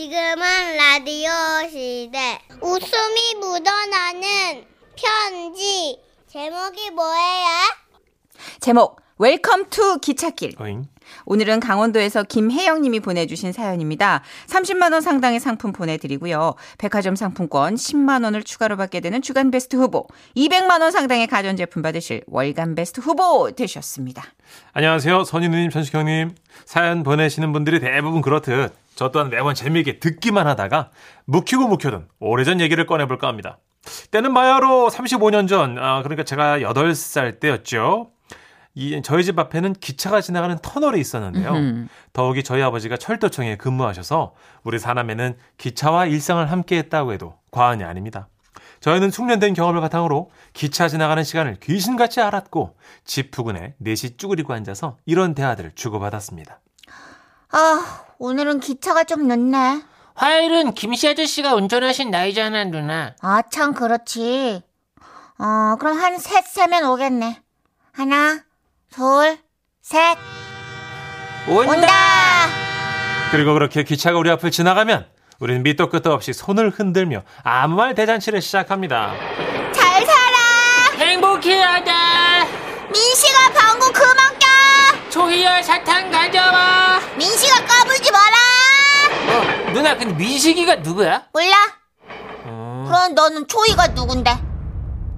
지금은 라디오 시대. 웃음이 묻어나는 편지. 제목이 뭐예요? 제목 웰컴 투 기찻길. 어잉. 오늘은 강원도에서 김혜영 님이 보내주신 사연입니다. 30만 원 상당의 상품 보내드리고요. 백화점 상품권 10만 원을 추가로 받게 되는 주간 베스트 후보, 200만 원 상당의 가전제품 받으실 월간 베스트 후보 되셨습니다. 안녕하세요. 선인우님, 전식형님. 사연 보내시는 분들이 대부분 그렇듯 저 또한 매번 재미있게 듣기만 하다가 묵히고 묵혀둔 오래전 얘기를 꺼내볼까 합니다. 때는 바야로 35년 전, 아, 그러니까 제가 8살 때였죠. 이, 저희 집 앞에는 기차가 지나가는 터널이 있었는데요. 더욱이 저희 아버지가 철도청에 근무하셔서 우리 사남에는 기차와 일상을 함께 했다고 해도 과언이 아닙니다. 저희는 숙련된 경험을 바탕으로 기차 지나가는 시간을 귀신같이 알았고 집 부근에 넷이 쭈그리고 앉아서 이런 대화들을 주고받았습니다. 아, 오늘은 기차가 좀 늦네. 화요일은 김씨 아저씨가 운전하신 나이잖아 누나 아, 참, 그렇지. 어, 그럼 한 셋 세면 오겠네. 하나, 둘, 셋. 온다! 그리고 그렇게 기차가 우리 앞을 지나가면 우리는 밑도 끝도 없이 손을 흔들며 아무 말 대잔치를 시작합니다. 잘 살아! 행복해하다 민식아, 방구 그만 껴! 초희야 사탕 가져와 민식아, 까불지 마라! 어, 누나 근데 민식이가 누구야? 몰라? 그럼 너는 초이가 누군데?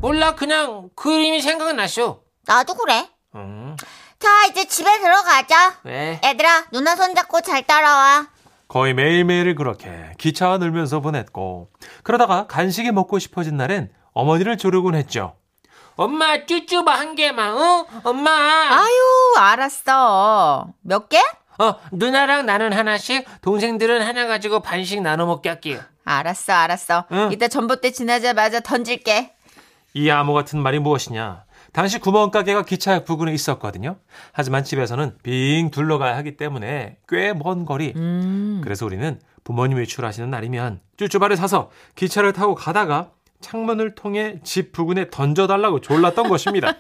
몰라 그냥 그 이름이 생각났어 나도 그래. 음, 자, 이제 집에 들어가자. 왜? 얘들아, 누나 손잡고 잘 따라와. 거의 매일매일을 그렇게 기차와 놀면서 보냈고 그러다가 간식이 먹고 싶어진 날엔 어머니를 조르곤 했죠. 엄마 쭈쭈바 한 개만 어? 엄마 아유, 알았어. 몇 개? 어 누나랑 나는 하나씩 동생들은 하나 가지고 반씩 나눠 먹게 할게요 알았어, 알았어. 응. 이따 전봇대 지나자마자 던질게. 이 암호 같은 말이 무엇이냐? 당시 구멍가게가 기차 부근에 있었거든요. 하지만 집에서는 빙 둘러가야 하기 때문에 꽤 먼 거리. 그래서 우리는 부모님 외출하시는 날이면 쭈쭈바를 사서 기차를 타고 가다가 창문을 통해 집 부근에 던져달라고 졸랐던 것입니다.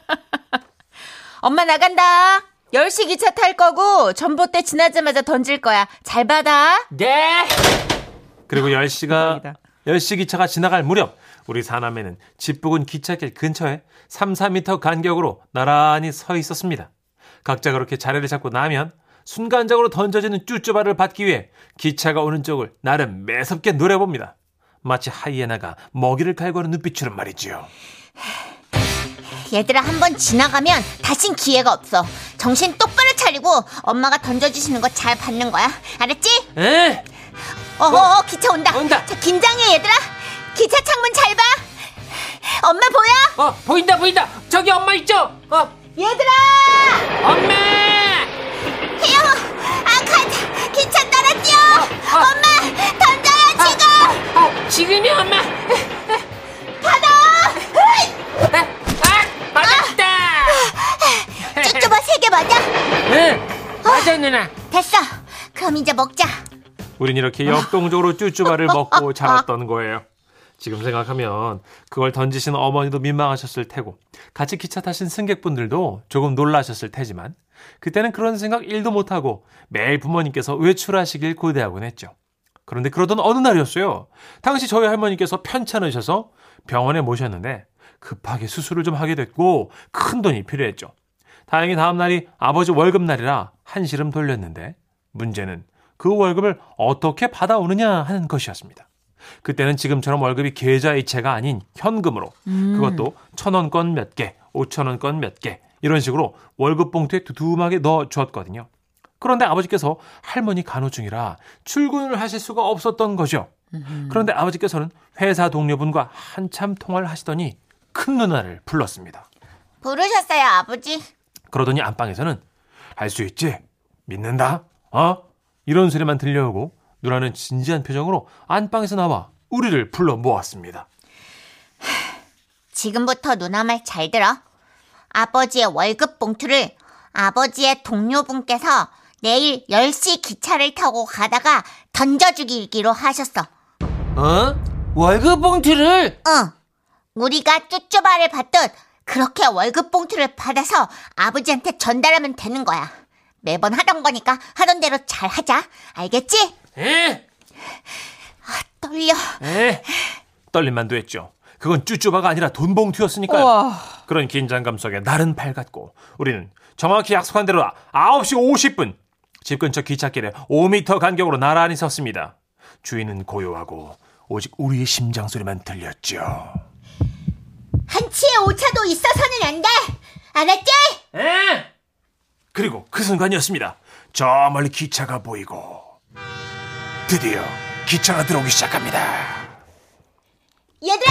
엄마 나간다. 10시 기차 탈 거고 전봇대 지나자마자 던질 거야. 잘 받아. 네 그리고 10시가 대박이다. 10시 기차가 지나갈 무렵 우리 사남에는 집 부근 기찻길 근처에 3, 4미터 간격으로 나란히 서 있었습니다. 각자 그렇게 자리를 잡고 나면 순간적으로 던져지는 쭈쭈바를 받기 위해 기차가 오는 쪽을 나름 매섭게 노려봅니다. 마치 하이에나가 먹이를 갈구하는 눈빛처럼 말이지요. 얘들아 한 번 지나가면 다신 기회가 없어. 정신 똑바로 차리고 엄마가 던져주시는 거 잘 받는 거야. 알았지? 에? 어허 기차 온다. 온다. 자, 긴장해 얘들아. 기차 창문 잘 봐. 엄마 보여? 어 보인다 보인다 저기 엄마 있죠? 어 얘들아! 엄마 혜영! 아 가자. 기차 따라 뛰어. 엄마 던져요 지금. 아, 지금이 엄마 받아 아 아! 맞았다 쭈쭈바 세 개 맞아? 응 맞아 누나 됐어. 그럼 이제 먹자. 우린 이렇게 역동적으로 쭈쭈바를 먹고 자랐던 거예요. 지금 생각하면 그걸 던지신 어머니도 민망하셨을 테고 같이 기차 타신 승객분들도 조금 놀라셨을 테지만 그때는 그런 생각 1도 못하고 매일 부모님께서 외출하시길 고대하곤 했죠. 그런데 그러던 어느 날이었어요. 당시 저희 할머니께서 편찮으셔서 병원에 모셨는데 급하게 수술을 좀 하게 됐고 큰 돈이 필요했죠. 다행히 다음 날이 아버지 월급 날이라 한시름 돌렸는데 문제는 그 월급을 어떻게 받아오느냐 하는 것이었습니다. 그때는 지금처럼 월급이 계좌이체가 아닌 현금으로 그것도 천 원권 몇 개, 오천 원권 몇 개 이런 식으로 월급 봉투에 두툼하게 넣어 주었거든요. 그런데 아버지께서 할머니 간호중이라 출근을 하실 수가 없었던 거죠. 그런데 아버지께서는 회사 동료분과 한참 통화를 하시더니 큰 누나를 불렀습니다. 부르셨어요, 아버지. 그러더니 안방에서는 할 수 있지 믿는다 어 이런 소리만 들려오고 누나는 진지한 표정으로 안방에서 나와 우리를 불러 모았습니다. 지금부터 누나 말 잘 들어. 아버지의 월급 봉투를 아버지의 동료분께서 내일 10시 기차를 타고 가다가 던져주기로 하셨어. 어? 월급 봉투를 응. 우리가 쭈쭈바를 받듯 그렇게 월급 봉투를 받아서 아버지한테 전달하면 되는 거야. 매번 하던 거니까 하던 대로 잘 하자. 알겠지? 에? 떨림만도 했죠. 그건 쭈쭈바가 아니라 돈봉투였으니까요. 우와. 그런 긴장감 속에 날은 밝았고 우리는 정확히 약속한 대로 9시 50분 집 근처 기찻길에 5미터 간격으로 나란히 섰습니다. 주인은 고요하고 오직 우리의 심장 소리만 들렸죠. 한치의 오차도 있어서는 안 돼. 알았지? 에? 그리고 그 순간이었습니다. 저 멀리 기차가 보이고 드디어 기차가 들어오기 시작합니다. 얘들아,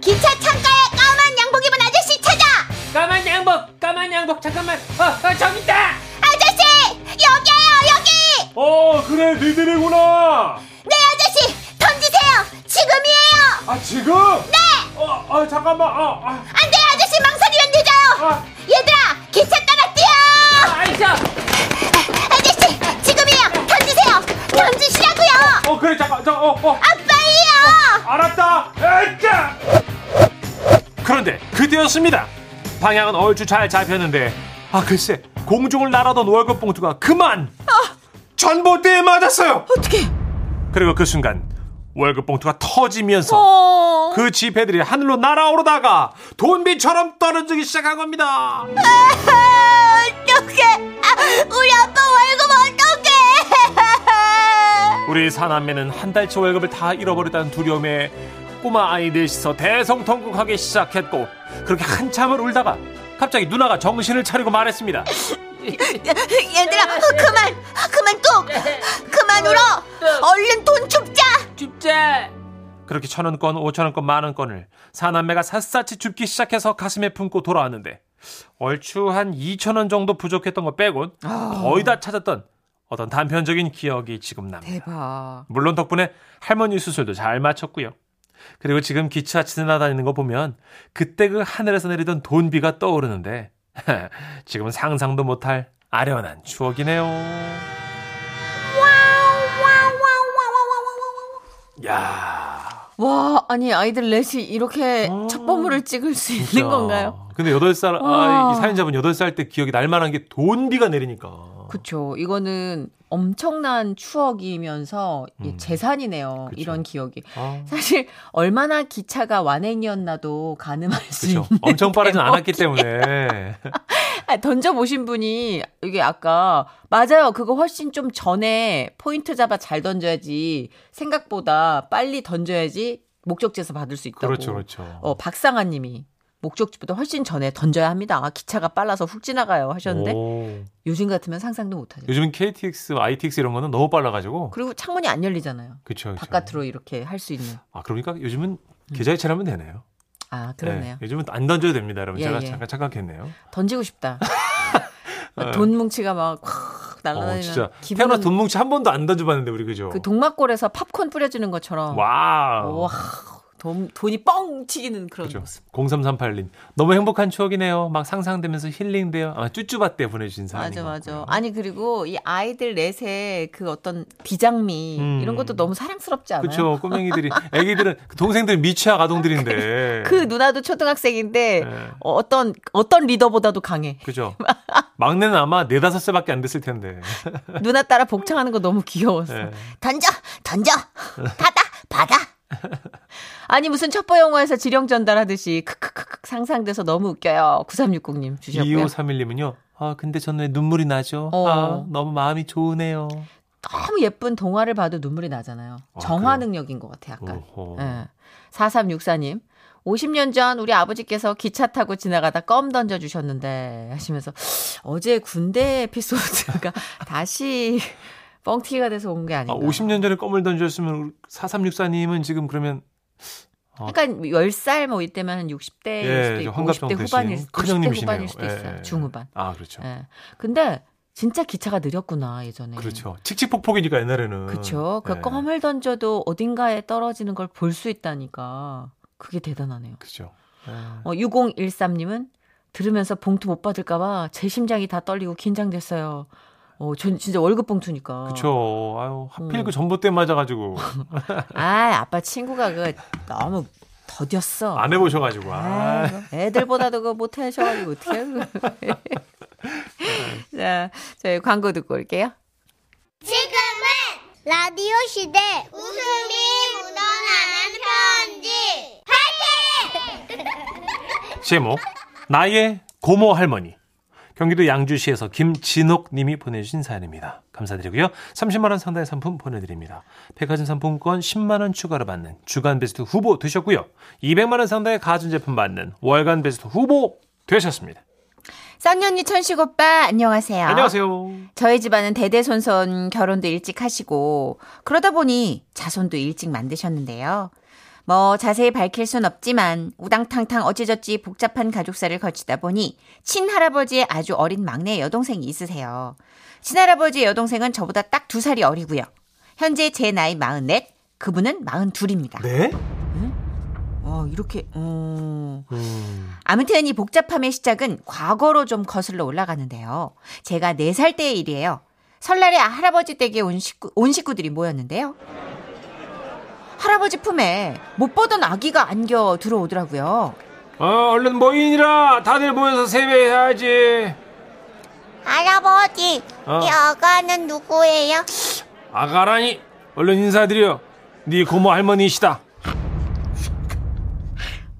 기차 창가에 까만 양복 입은 아저씨 찾아. 까만 양복, 까만 양복, 잠깐만. 어, 어 저기 있다. 아저씨, 여기에요, 여기. 어 그래 니들이구나. 네 아저씨, 던지세요. 지금이에요. 아 지금? 네. 어, 어 잠깐만. 어, 아. 안 돼, 아저씨 망설이면 늦어요. 얘들아, 기차 따라 뛰어. 아이씨, 아저씨, 지금이에요. 던지세요. 던지시라고요. 어 그래 잠깐 잠깐 어 어. 빨리요. 알았다. 으쌰! 그런데 그때였습니다. 방향은 얼추 잘 잡혔는데 아 글쎄 공중을 날아던 월급 봉투가 그만 전봇대에 맞았어요. 어떻게? 그리고 그 순간 월급 봉투가 터지면서 어. 그 지폐들이 하늘로 날아오르다가 돈비처럼 떨어지기 시작한 겁니다. 아, 어떡해. 아, 우리 아빠 월급 어떡해. 우리 사남매는 한 달치 월급을 다 잃어버렸다는 두려움에 꼬마 아이 넷이서 대성통곡하기 시작했고 그렇게 한참을 울다가 갑자기 누나가 정신을 차리고 말했습니다. 얘들아, 어, 그만. 그만 뚝. 네. 그만 울어. 얼른 돈 줍자. 줍자. 그렇게 천 원권, 오천 원권, 만 원권을 사남매가 샅샅이 줍기 시작해서 가슴에 품고 돌아왔는데 얼추 한 이천 원 정도 부족했던 거 빼곤 아. 거의 다 찾았던 어떤 단편적인 기억이 지금 납니다. 대박. 물론 덕분에 할머니 수술도 잘 마쳤고요. 그리고 지금 기차 지나다니는 거 보면 그때 그 하늘에서 내리던 돈비가 떠오르는데 지금은 상상도 못할 아련한 추억이네요. 야. 와, 아니 아이들 넷이 이렇게 어. 첫 번호를 찍을 수 진짜. 있는 건가요? 근데 여덟 살 아, 와. 이 사연자분 여덟 살 때 기억이 날 만한 게 돈비가 내리니까. 그쵸. 이거는 엄청난 추억이면서 이 음. 재산이네요. 그쵸. 이런 기억이. 아, 사실 얼마나 기차가 완행이었나도 가늠할 수 그쵸. 있는 엄청 빠르진 대목이- 않았기 때문에. 아, 던져보신 분이 이게 아까 맞아요. 그거 훨씬 좀 전에 포인트 잡아 잘 던져야지 생각보다 빨리 던져야지 목적지에서 받을 수 있다고. 그렇죠, 그렇죠. 어, 박상아 님이 목적지보다 훨씬 전에 던져야 합니다. 아, 기차가 빨라서 훅 지나가요 하셨는데 오. 요즘 같으면 상상도 못하죠. 요즘은 KTX, ITX 이런 거는 너무 빨라가지고. 그리고 창문이 안 열리잖아요. 그렇죠. 바깥으로 이렇게 할 수 있는. 아 그러니까 요즘은 계좌이체하면 되네요. 아, 그러네요. 네, 요즘은 안 던져도 됩니다, 여러분. 예, 제가 예. 잠깐 착각했네요. 던지고 싶다. 막돈 뭉치가 막확 네. 어, 날아다니는 진짜 태어나 서 돈뭉치 한 번도 안 던져봤는데 우리 그죠? 그 동막골에서 팝콘 뿌려주는 것처럼 와우. 와, 돈, 돈이 뻥 튀기는 그런 그죠? 모습. 0338님 그렇죠. 너무 행복한 추억이네요. 막 상상되면서 힐링돼요. 아 쭈쭈바 때 보내주신 사연. 맞아, 맞아. 아니, 그리고 이 아이들 넷의 그 어떤 비장미, 음. 이런 것도 너무 사랑스럽지 않아요? 그렇죠. 꼬맹이들이 애기들은 그 동생들 미취학 아동들인데. 그 누나도 초등학생인데 네. 어, 어떤, 어떤 리더보다도 강해. 그죠. 막내는 아마 네다섯 살밖에 안 됐을 텐데. 누나 따라 복창하는 거 너무 귀여웠어. 네. 던져, 던져. 받아, 받아. 아니, 무슨 첩보 영화에서 지령 전달하듯이 크크크크 상상돼서 너무 웃겨요. 9360님 주셨고요. 2531님은요. 아 근데 저는 왜 눈물이 나죠? 어. 아 너무 마음이 좋으네요. 너무 예쁜 동화를 봐도 눈물이 나잖아요. 아, 정화 그래요? 어, 능력인 것 같아, 약간. 오호. 예. 4364님. 50년 전 우리 아버지께서 기차 타고 지나가다 껌 던져 주셨는데 하시면서 어제 군대 에피소드가 다시 뻥튀기가 돼서 온 게 아, 아닌가. 50년 전에 껌을 던졌으면 4364님은 지금 그러면 그러니까 10살 뭐 이때면 한 60대 예, 일 수도 저 있고 환갑병 50대 되신 후반일 수도 큰 50대 형님이시네요. 후반일 수도 예, 있어요. 예. 중후반. 아 그렇죠. 예. 근데 진짜 기차가 느렸구나 예전에. 그렇죠. 칙칙폭폭이니까 옛날에는. 음. 그렇죠. 그 예. 껌을 던져도 어딘가에 떨어지는 걸 볼 수 있다니까 그게 대단하네요. 그죠. 어, 6013님은 들으면서 봉투 못 받을까봐 제 심장이 다 떨리고 긴장됐어요. 어, 전 진짜 월급 봉투니까. 그렇죠. 아유 하필 어. 음. 그 전봇대 맞아가지고 아, 아빠 친구가 그 너무 더뎠어. 안 해보셔가지고. 아. 아이고, 애들보다도 그거 못하셔가지고 어떻게 자, 저희 광고 듣고 올게요. 지금은 라디오 시대 웃음이 묻어나는 편지 제목 나의 고모 할머니 경기도 양주시에서 김진옥 님이 보내주신 사연입니다. 감사드리고요. 30만 원 상당의 상품 보내드립니다. 백화점 상품권 10만 원 추가로 받는 주간 베스트 후보 되셨고요. 200만 원 상당의 가전제품 받는 월간 베스트 후보 되셨습니다. 쌍년니 천식 오빠 안녕하세요. 안녕하세요. 저희 집안은 대대손손 결혼도 일찍 하시고 그러다 보니 자손도 일찍 만드셨는데요. 뭐 자세히 밝힐 순 없지만 우당탕탕 어찌저찌 복잡한 가족사를 거치다 보니 친할아버지의 아주 어린 막내 여동생이 있으세요. 친할아버지의 여동생은 저보다 딱 두 살이 어리고요. 현재 제 나이 44, 그분은 42입니다. 네? 어, 이렇게 어. 음, 아무튼 이 복잡함의 시작은 과거로 좀 거슬러 올라가는데요. 제가 4살 때의 일이에요. 설날에 할아버지 댁에 온, 식구, 온 식구들이 모였는데요. 할아버지 품에 못 보던 아기가 안겨 들어오더라고요. 어, 얼른 모이니라 다들 모여서 세배해야지. 할아버지, 어. 이 아가는 누구예요? 아가라니 얼른 인사드려. 네 고모 할머니시다.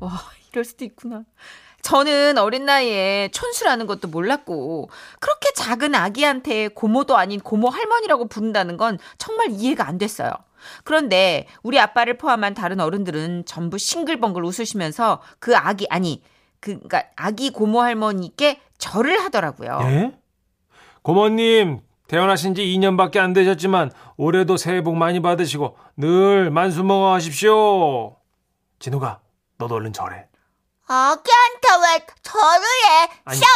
와, 이럴 수도 있구나. 저는 어린 나이에 촌수라는 것도 몰랐고, 그렇게 작은 아기한테 고모도 아닌 고모 할머니라고 부른다는 건 정말 이해가 안 됐어요. 그런데 우리 아빠를 포함한 다른 어른들은 전부 싱글벙글 웃으시면서 그 아기, 아니, 그, 니까 아기 고모 할머니께 절을 하더라고요. 예? 고모님 태어나신 지 2년밖에 안 되셨지만 올해도 새해 복 많이 받으시고 늘 만수무강하십시오. 진우가 너도 얼른 절해. 아기한테 왜 절을 해? 아니, 싫어!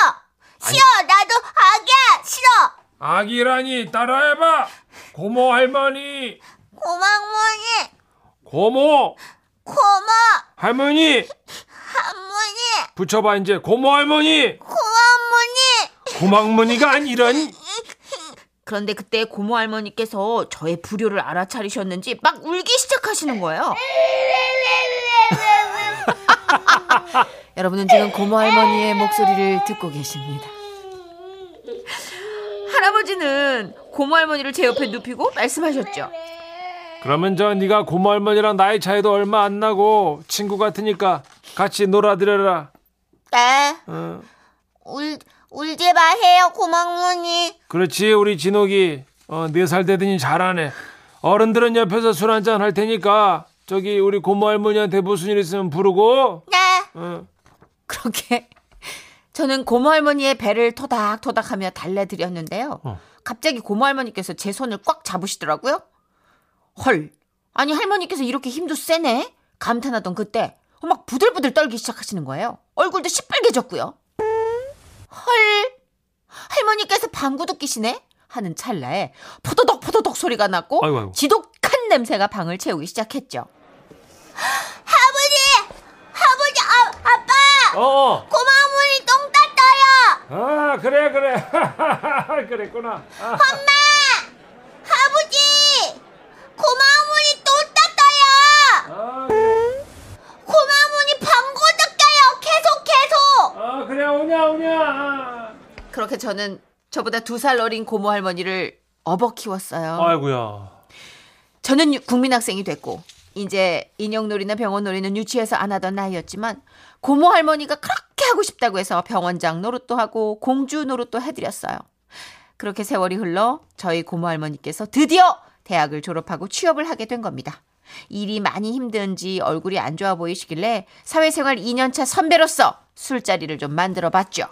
싫어! 나도 아기야! 싫어! 아기라니 따라해봐. 고모 할머니, 고마워니! 고모 고마! 할머니 할머니! 붙여봐 이제 고모 할머니, 고마워니! 고망무니가 아니란. 그런데 그때 고모 할머니께서 저의 불효를 알아차리셨는지 막 울기 시작하시는 거예요. 여러분은 지금 고모 할머니의 목소리를 듣고 계십니다. 할아버지는 고모 할머니를 제 옆에 눕히고 말씀하셨죠. 그러면 저 네가 고모 할머니랑 나이 차이도 얼마 안 나고 친구 같으니까 같이 놀아드려라. 네. 어, 울, 울지 마세요, 고마워니! 그렇지 우리 진옥이 어, 네살 되더니 잘하네 어른들은 옆에서 술 한잔 할 테니까 저기 우리 고모 할머니한테 무슨 일 있으면 부르고 네. 어, 그렇게 저는 고모 할머니의 배를 토닥토닥하며 달래드렸는데요. 어. 갑자기 고모 할머니께서 제 손을 꽉 잡으시더라고요. 헐, 아니 할머니께서 이렇게 힘도 세네? 감탄하던 그때 막 부들부들 떨기 시작하시는 거예요. 얼굴도 시뻘개졌고요. 헐, 할머니께서 방구도 끼시네? 하는 찰나에 포도덕 포도덕 소리가 났고 아이고, 아이고. 지독한 냄새가 방을 채우기 시작했죠. 할아버지, 아, 아빠! 어. 고마워니 똥 땄어요! 아 그래 그래 그랬구나 아. 할아버지! 고마워니 똥 땄어요! 아, 그래. 고마워니 방구 닦아요! 계속, 계속! 아, 그래 오냐 아. 오냐 그렇게 저는 저보다 두 살 어린 고모 할머니를 업어 키웠어요. 아이고야 저는 유- 국민학생이 됐고 이제 인형놀이나 병원놀이는 유치해서 안 하던 나이였지만 고모 할머니가 그렇게 하고 싶다고 해서 병원장 노릇도 하고 공주 노릇도 해드렸어요. 그렇게 세월이 흘러 저희 고모 할머니께서 드디어 대학을 졸업하고 취업을 하게 된 겁니다. 일이 많이 힘든지 얼굴이 안 좋아 보이시길래 사회생활 2년차 선배로서 술자리를 좀 만들어 봤죠.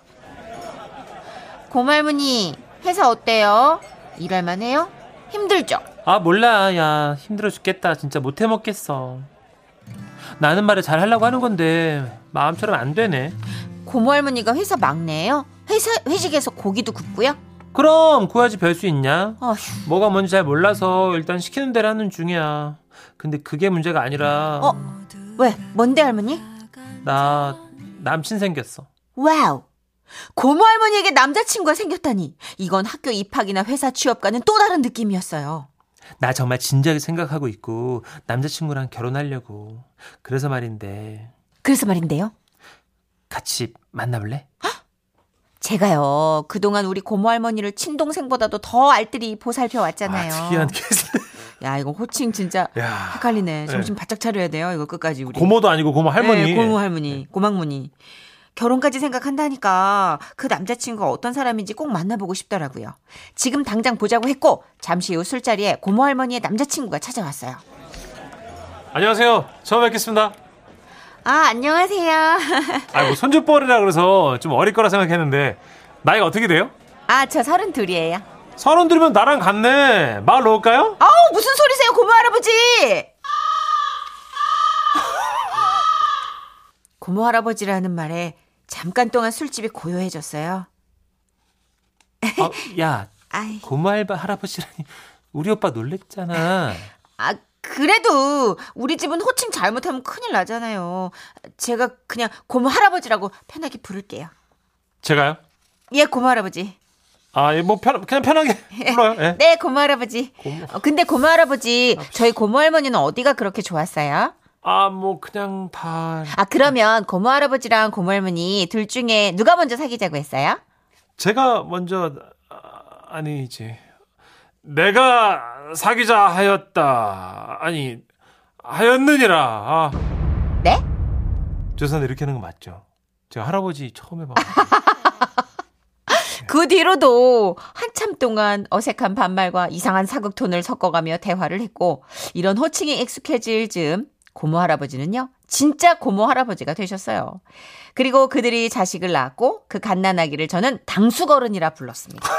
고모 할머니 회사 어때요? 일할 만해요? 힘들죠? 아 몰라 야 힘들어 죽겠다 진짜 못해 먹겠어 나는 말을 잘 하려고 하는 건데 마음처럼 안 되네 고모 할머니가 회사 막내예요. 회사 회식에서 고기도 굽고요. 그럼 구하지 별 수 있냐 어휴, 뭐가 뭔지 잘 몰라서 일단 시키는 대로 하는 중이야 근데 그게 문제가 아니라 어? 왜? 뭔데 할머니? 나 아, 남친 생겼어 와우. 고모 할머니에게 남자친구가 생겼다니. 이건 학교 입학이나 회사 취업과는 또 다른 느낌이었어요. 나 정말 진지하게 생각하고 있고 남자친구랑 결혼하려고 그래서 말인데 그래서 말인데요. 같이 만나볼래? 제가요, 그동안 우리 고모 할머니를 친동생보다도 더 알뜰히 보살펴 아, 왔잖아요. 특이한 케이스 야, 이거 호칭 진짜 야 네. 헷갈리네. 정신 바짝 차려야 돼요. 이거 끝까지 우리. 고모도 아니고 예. 고모 할머니 네, 고모 할머니, 고막무늬. 결혼까지 생각한다니까 그 남자친구가 어떤 사람인지 꼭 만나보고 싶더라고요. 지금 당장 보자고 했고 잠시 후 술자리에 고모 할머니의 남자친구가 찾아왔어요. 안녕하세요. 처음 뵙겠습니다. 아, 안녕하세요. 아이고 뭐 손주뻘이라 그래서 좀 어릴 거라 생각했는데 나이가 어떻게 돼요? 아, 저 서른 둘이에요. 서른 들으면 나랑 같네. 말 놓을까요? 아우, 무슨 소리세요, 고모 할아버지! 고모 할아버지라는 말에 잠깐 동안 술집이 고요해졌어요. 어, 야, 아이, 고마할바 할아버지라니. 우리 오빠 놀랬잖아. 아, 그래도 우리 집은 호칭 잘못하면 큰일 나잖아요. 제가 그냥 고모 할아버지라고 편하게 부를게요. 제가요? 예, 고모 할아버지. 아, 예, 뭐 편, 그냥 편하게 불러요. 예. 네, 고모 할아버지. 어, 근데 고모 할아버지, 저희 고모 할머니는 어디가 그렇게 좋았어요? 아, 뭐 그냥 다 아, 그러면 고모 할아버지랑 고모 할머니 둘 중에 누가 먼저 사귀자고 했어요? 제가 먼저 아, 아니지. 내가 사귀자 하였다. 아니 하였느니라. 아. 네? 죄송한데 이렇게 하는 거 맞죠? 제가 할아버지 처음 해봐. 그 뒤로도 한참 동안 어색한 반말과 이상한 사극톤을 섞어가며 대화를 했고 이런 호칭이 익숙해질 즈음 고모 할아버지는요 진짜 고모 할아버지가 되셨어요. 그리고 그들이 자식을 낳았고 그 갓난아기를 저는 당숙어른이라 불렀습니다.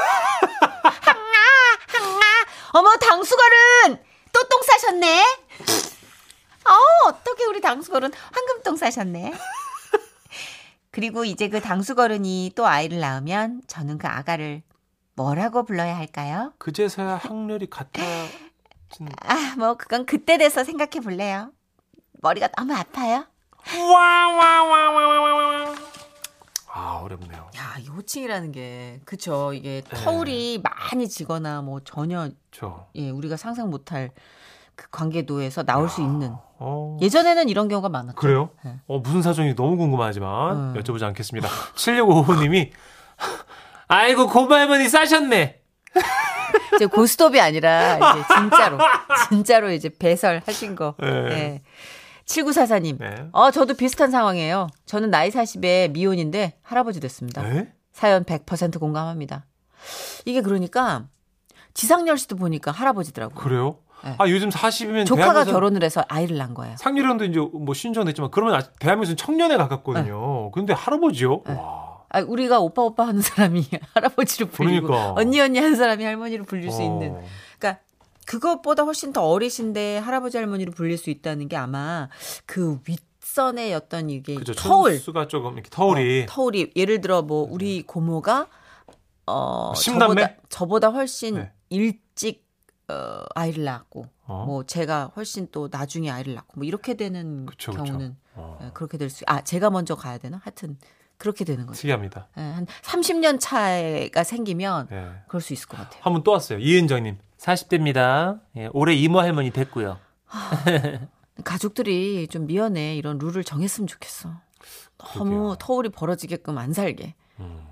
항아 항아 어머 당숙어른 또 똥 싸셨네. 어 어떻게 우리 당숙어른 황금똥 싸셨네. 그리고 이제 그 당숙어른이 또 아이를 낳으면 저는 그 아가를 뭐라고 불러야 할까요? 그제서야 학렬이 같아진. 아, 뭐 그건 그때 돼서 생각해 볼래요. 머리가 너무 아파요. 와와와와와와. 아 어렵네요. 야, 이 호칭이라는 게 그쵸 이게 터울이 많이 지거나 뭐 전혀 저. 예, 우리가 상상 못할 그 관계도에서 나올 수 있는 어. 예전에는 이런 경우가 많았죠. 그래요? 네. 어, 무슨 사정이 너무 궁금하지만 음. 여쭤보지 않겠습니다. 7655님이 아이고, 고마할머니 싸셨네. 이제 고스톱이 아니라 이제 진짜로 진짜로 이제 배설하신 거. 네. 예. 7944님. 네. 어, 저도 비슷한 상황이에요. 저는 나이 40에 미혼인데 할아버지 됐습니다. 네? 사연 100% 공감합니다. 이게 그러니까 지상렬 씨도 보니까 할아버지더라고요. 그래요? 네. 아 요즘 40이면 조카가 대학에서 결혼을 해서 아이를 낳은 거예요. 상류령도 이제 뭐 신청됐지만 그러면 아직 대한민국은 청년에 네. 가깝거든요. 근데 할아버지요? 와. 아, 우리가 오빠 오빠 하는 사람이 할아버지로 불리고 그러니까. 언니 언니 하는 사람이 할머니로 불릴 수 어. 있는 그러니까 그것보다 훨씬 더 어리신데 할아버지 할머니로 불릴 수 있다는 게 아마 그 윗선의 어떤 이게 그죠. 터울 수가 조금 이렇게 터울이 터울이 예를 들어 뭐 우리 고모가 어 네. 심남매? 저보다, 저보다 훨씬 네. 일찍 어 아이를 낳았고 어. 뭐 제가 훨씬 또 나중에 아이를 낳고 뭐 이렇게 되는 그쵸, 그쵸. 경우는 어. 예, 그렇게 될 수 아 제가 먼저 가야 되나 하여튼 그렇게 되는 거죠. 특이합니다. 예, 한 30년 차이가 생기면 예. 그럴 수 있을 것 같아요. 한 분 또 왔어요. 이은정님. 40대입니다. 예, 올해 이모 할머니 됐고요. 가족들이 좀 미연에 이런 룰을 정했으면 좋겠어. 너무 그러게요. 터울이 벌어지게끔 안 살게. 음.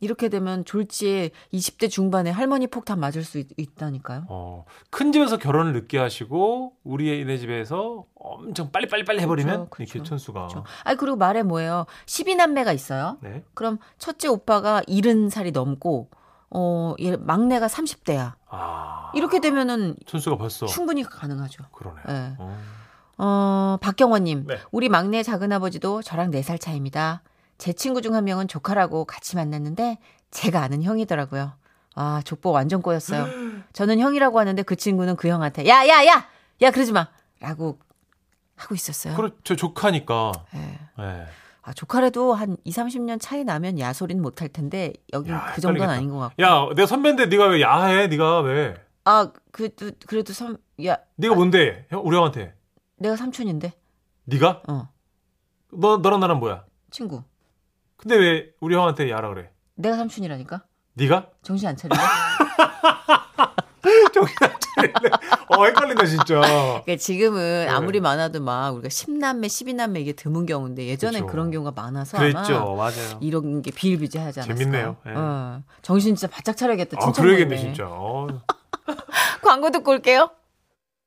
이렇게 되면 졸지에 20대 중반에 할머니 폭탄 맞을 수 있, 있다니까요. 어, 큰 집에서 결혼을 늦게 하시고 우리 네 집에서 엄청 빨리 빨리 빨리 해버리면 그쵸, 그쵸. 이렇게 천수가 그렇죠. 아니 그리고 말해 뭐예요. 12남매가 있어요. 네. 그럼 첫째 오빠가 70살이 넘고 어, 얘 막내가 30대야. 아 이렇게 되면은 천수가 벌써 충분히 가능하죠. 그러네요. 예. 어. 어, 박경원님. 네. 우리 막내 작은아버지도 저랑 4살 차이입니다. 제 친구 중 한 명은 조카라고 같이 만났는데 제가 아는 형이더라고요. 아, 족보 완전 꼬였어요. 저는 형이라고 하는데 그 친구는 그 형한테 야, 야, 야! 야, 그러지 마! 라고 하고 있었어요. 그렇죠 조카니까. 예. 예. 아, 조카라도 한 2, 30년 차이 나면 야소린 못할 텐데 여긴 야, 그 정도는 헷갈리겠다. 아닌 것 같고. 야, 내 선배인데 네가 왜 야해? 네가 왜? 아, 그래도 그래도 삼 야, 네가 뭔데? 형, 우리 형한테. 내가 삼촌인데. 네가? 어. 너 너랑 나랑 뭐야? 친구. 근데 왜 우리 형한테 야라 그래? 내가 삼촌이라니까. 네가? 정신 안 차리네. 저기 어 헷갈린다 진짜. 그러니까 지금은 네. 아무리 많아도 막 우리가 10남매, 12남매 이게 드문 경우인데 예전엔 그렇죠. 그런 경우가 많아서 아마 그랬죠, 맞아요. 이런 게 비일비재하지 않았을까. 재밌네요. 예. 어, 정신 진짜 바짝 차려야겠다. 아 칭찬 그러겠네 모임에. 진짜. 어. 광고 듣고 올게요.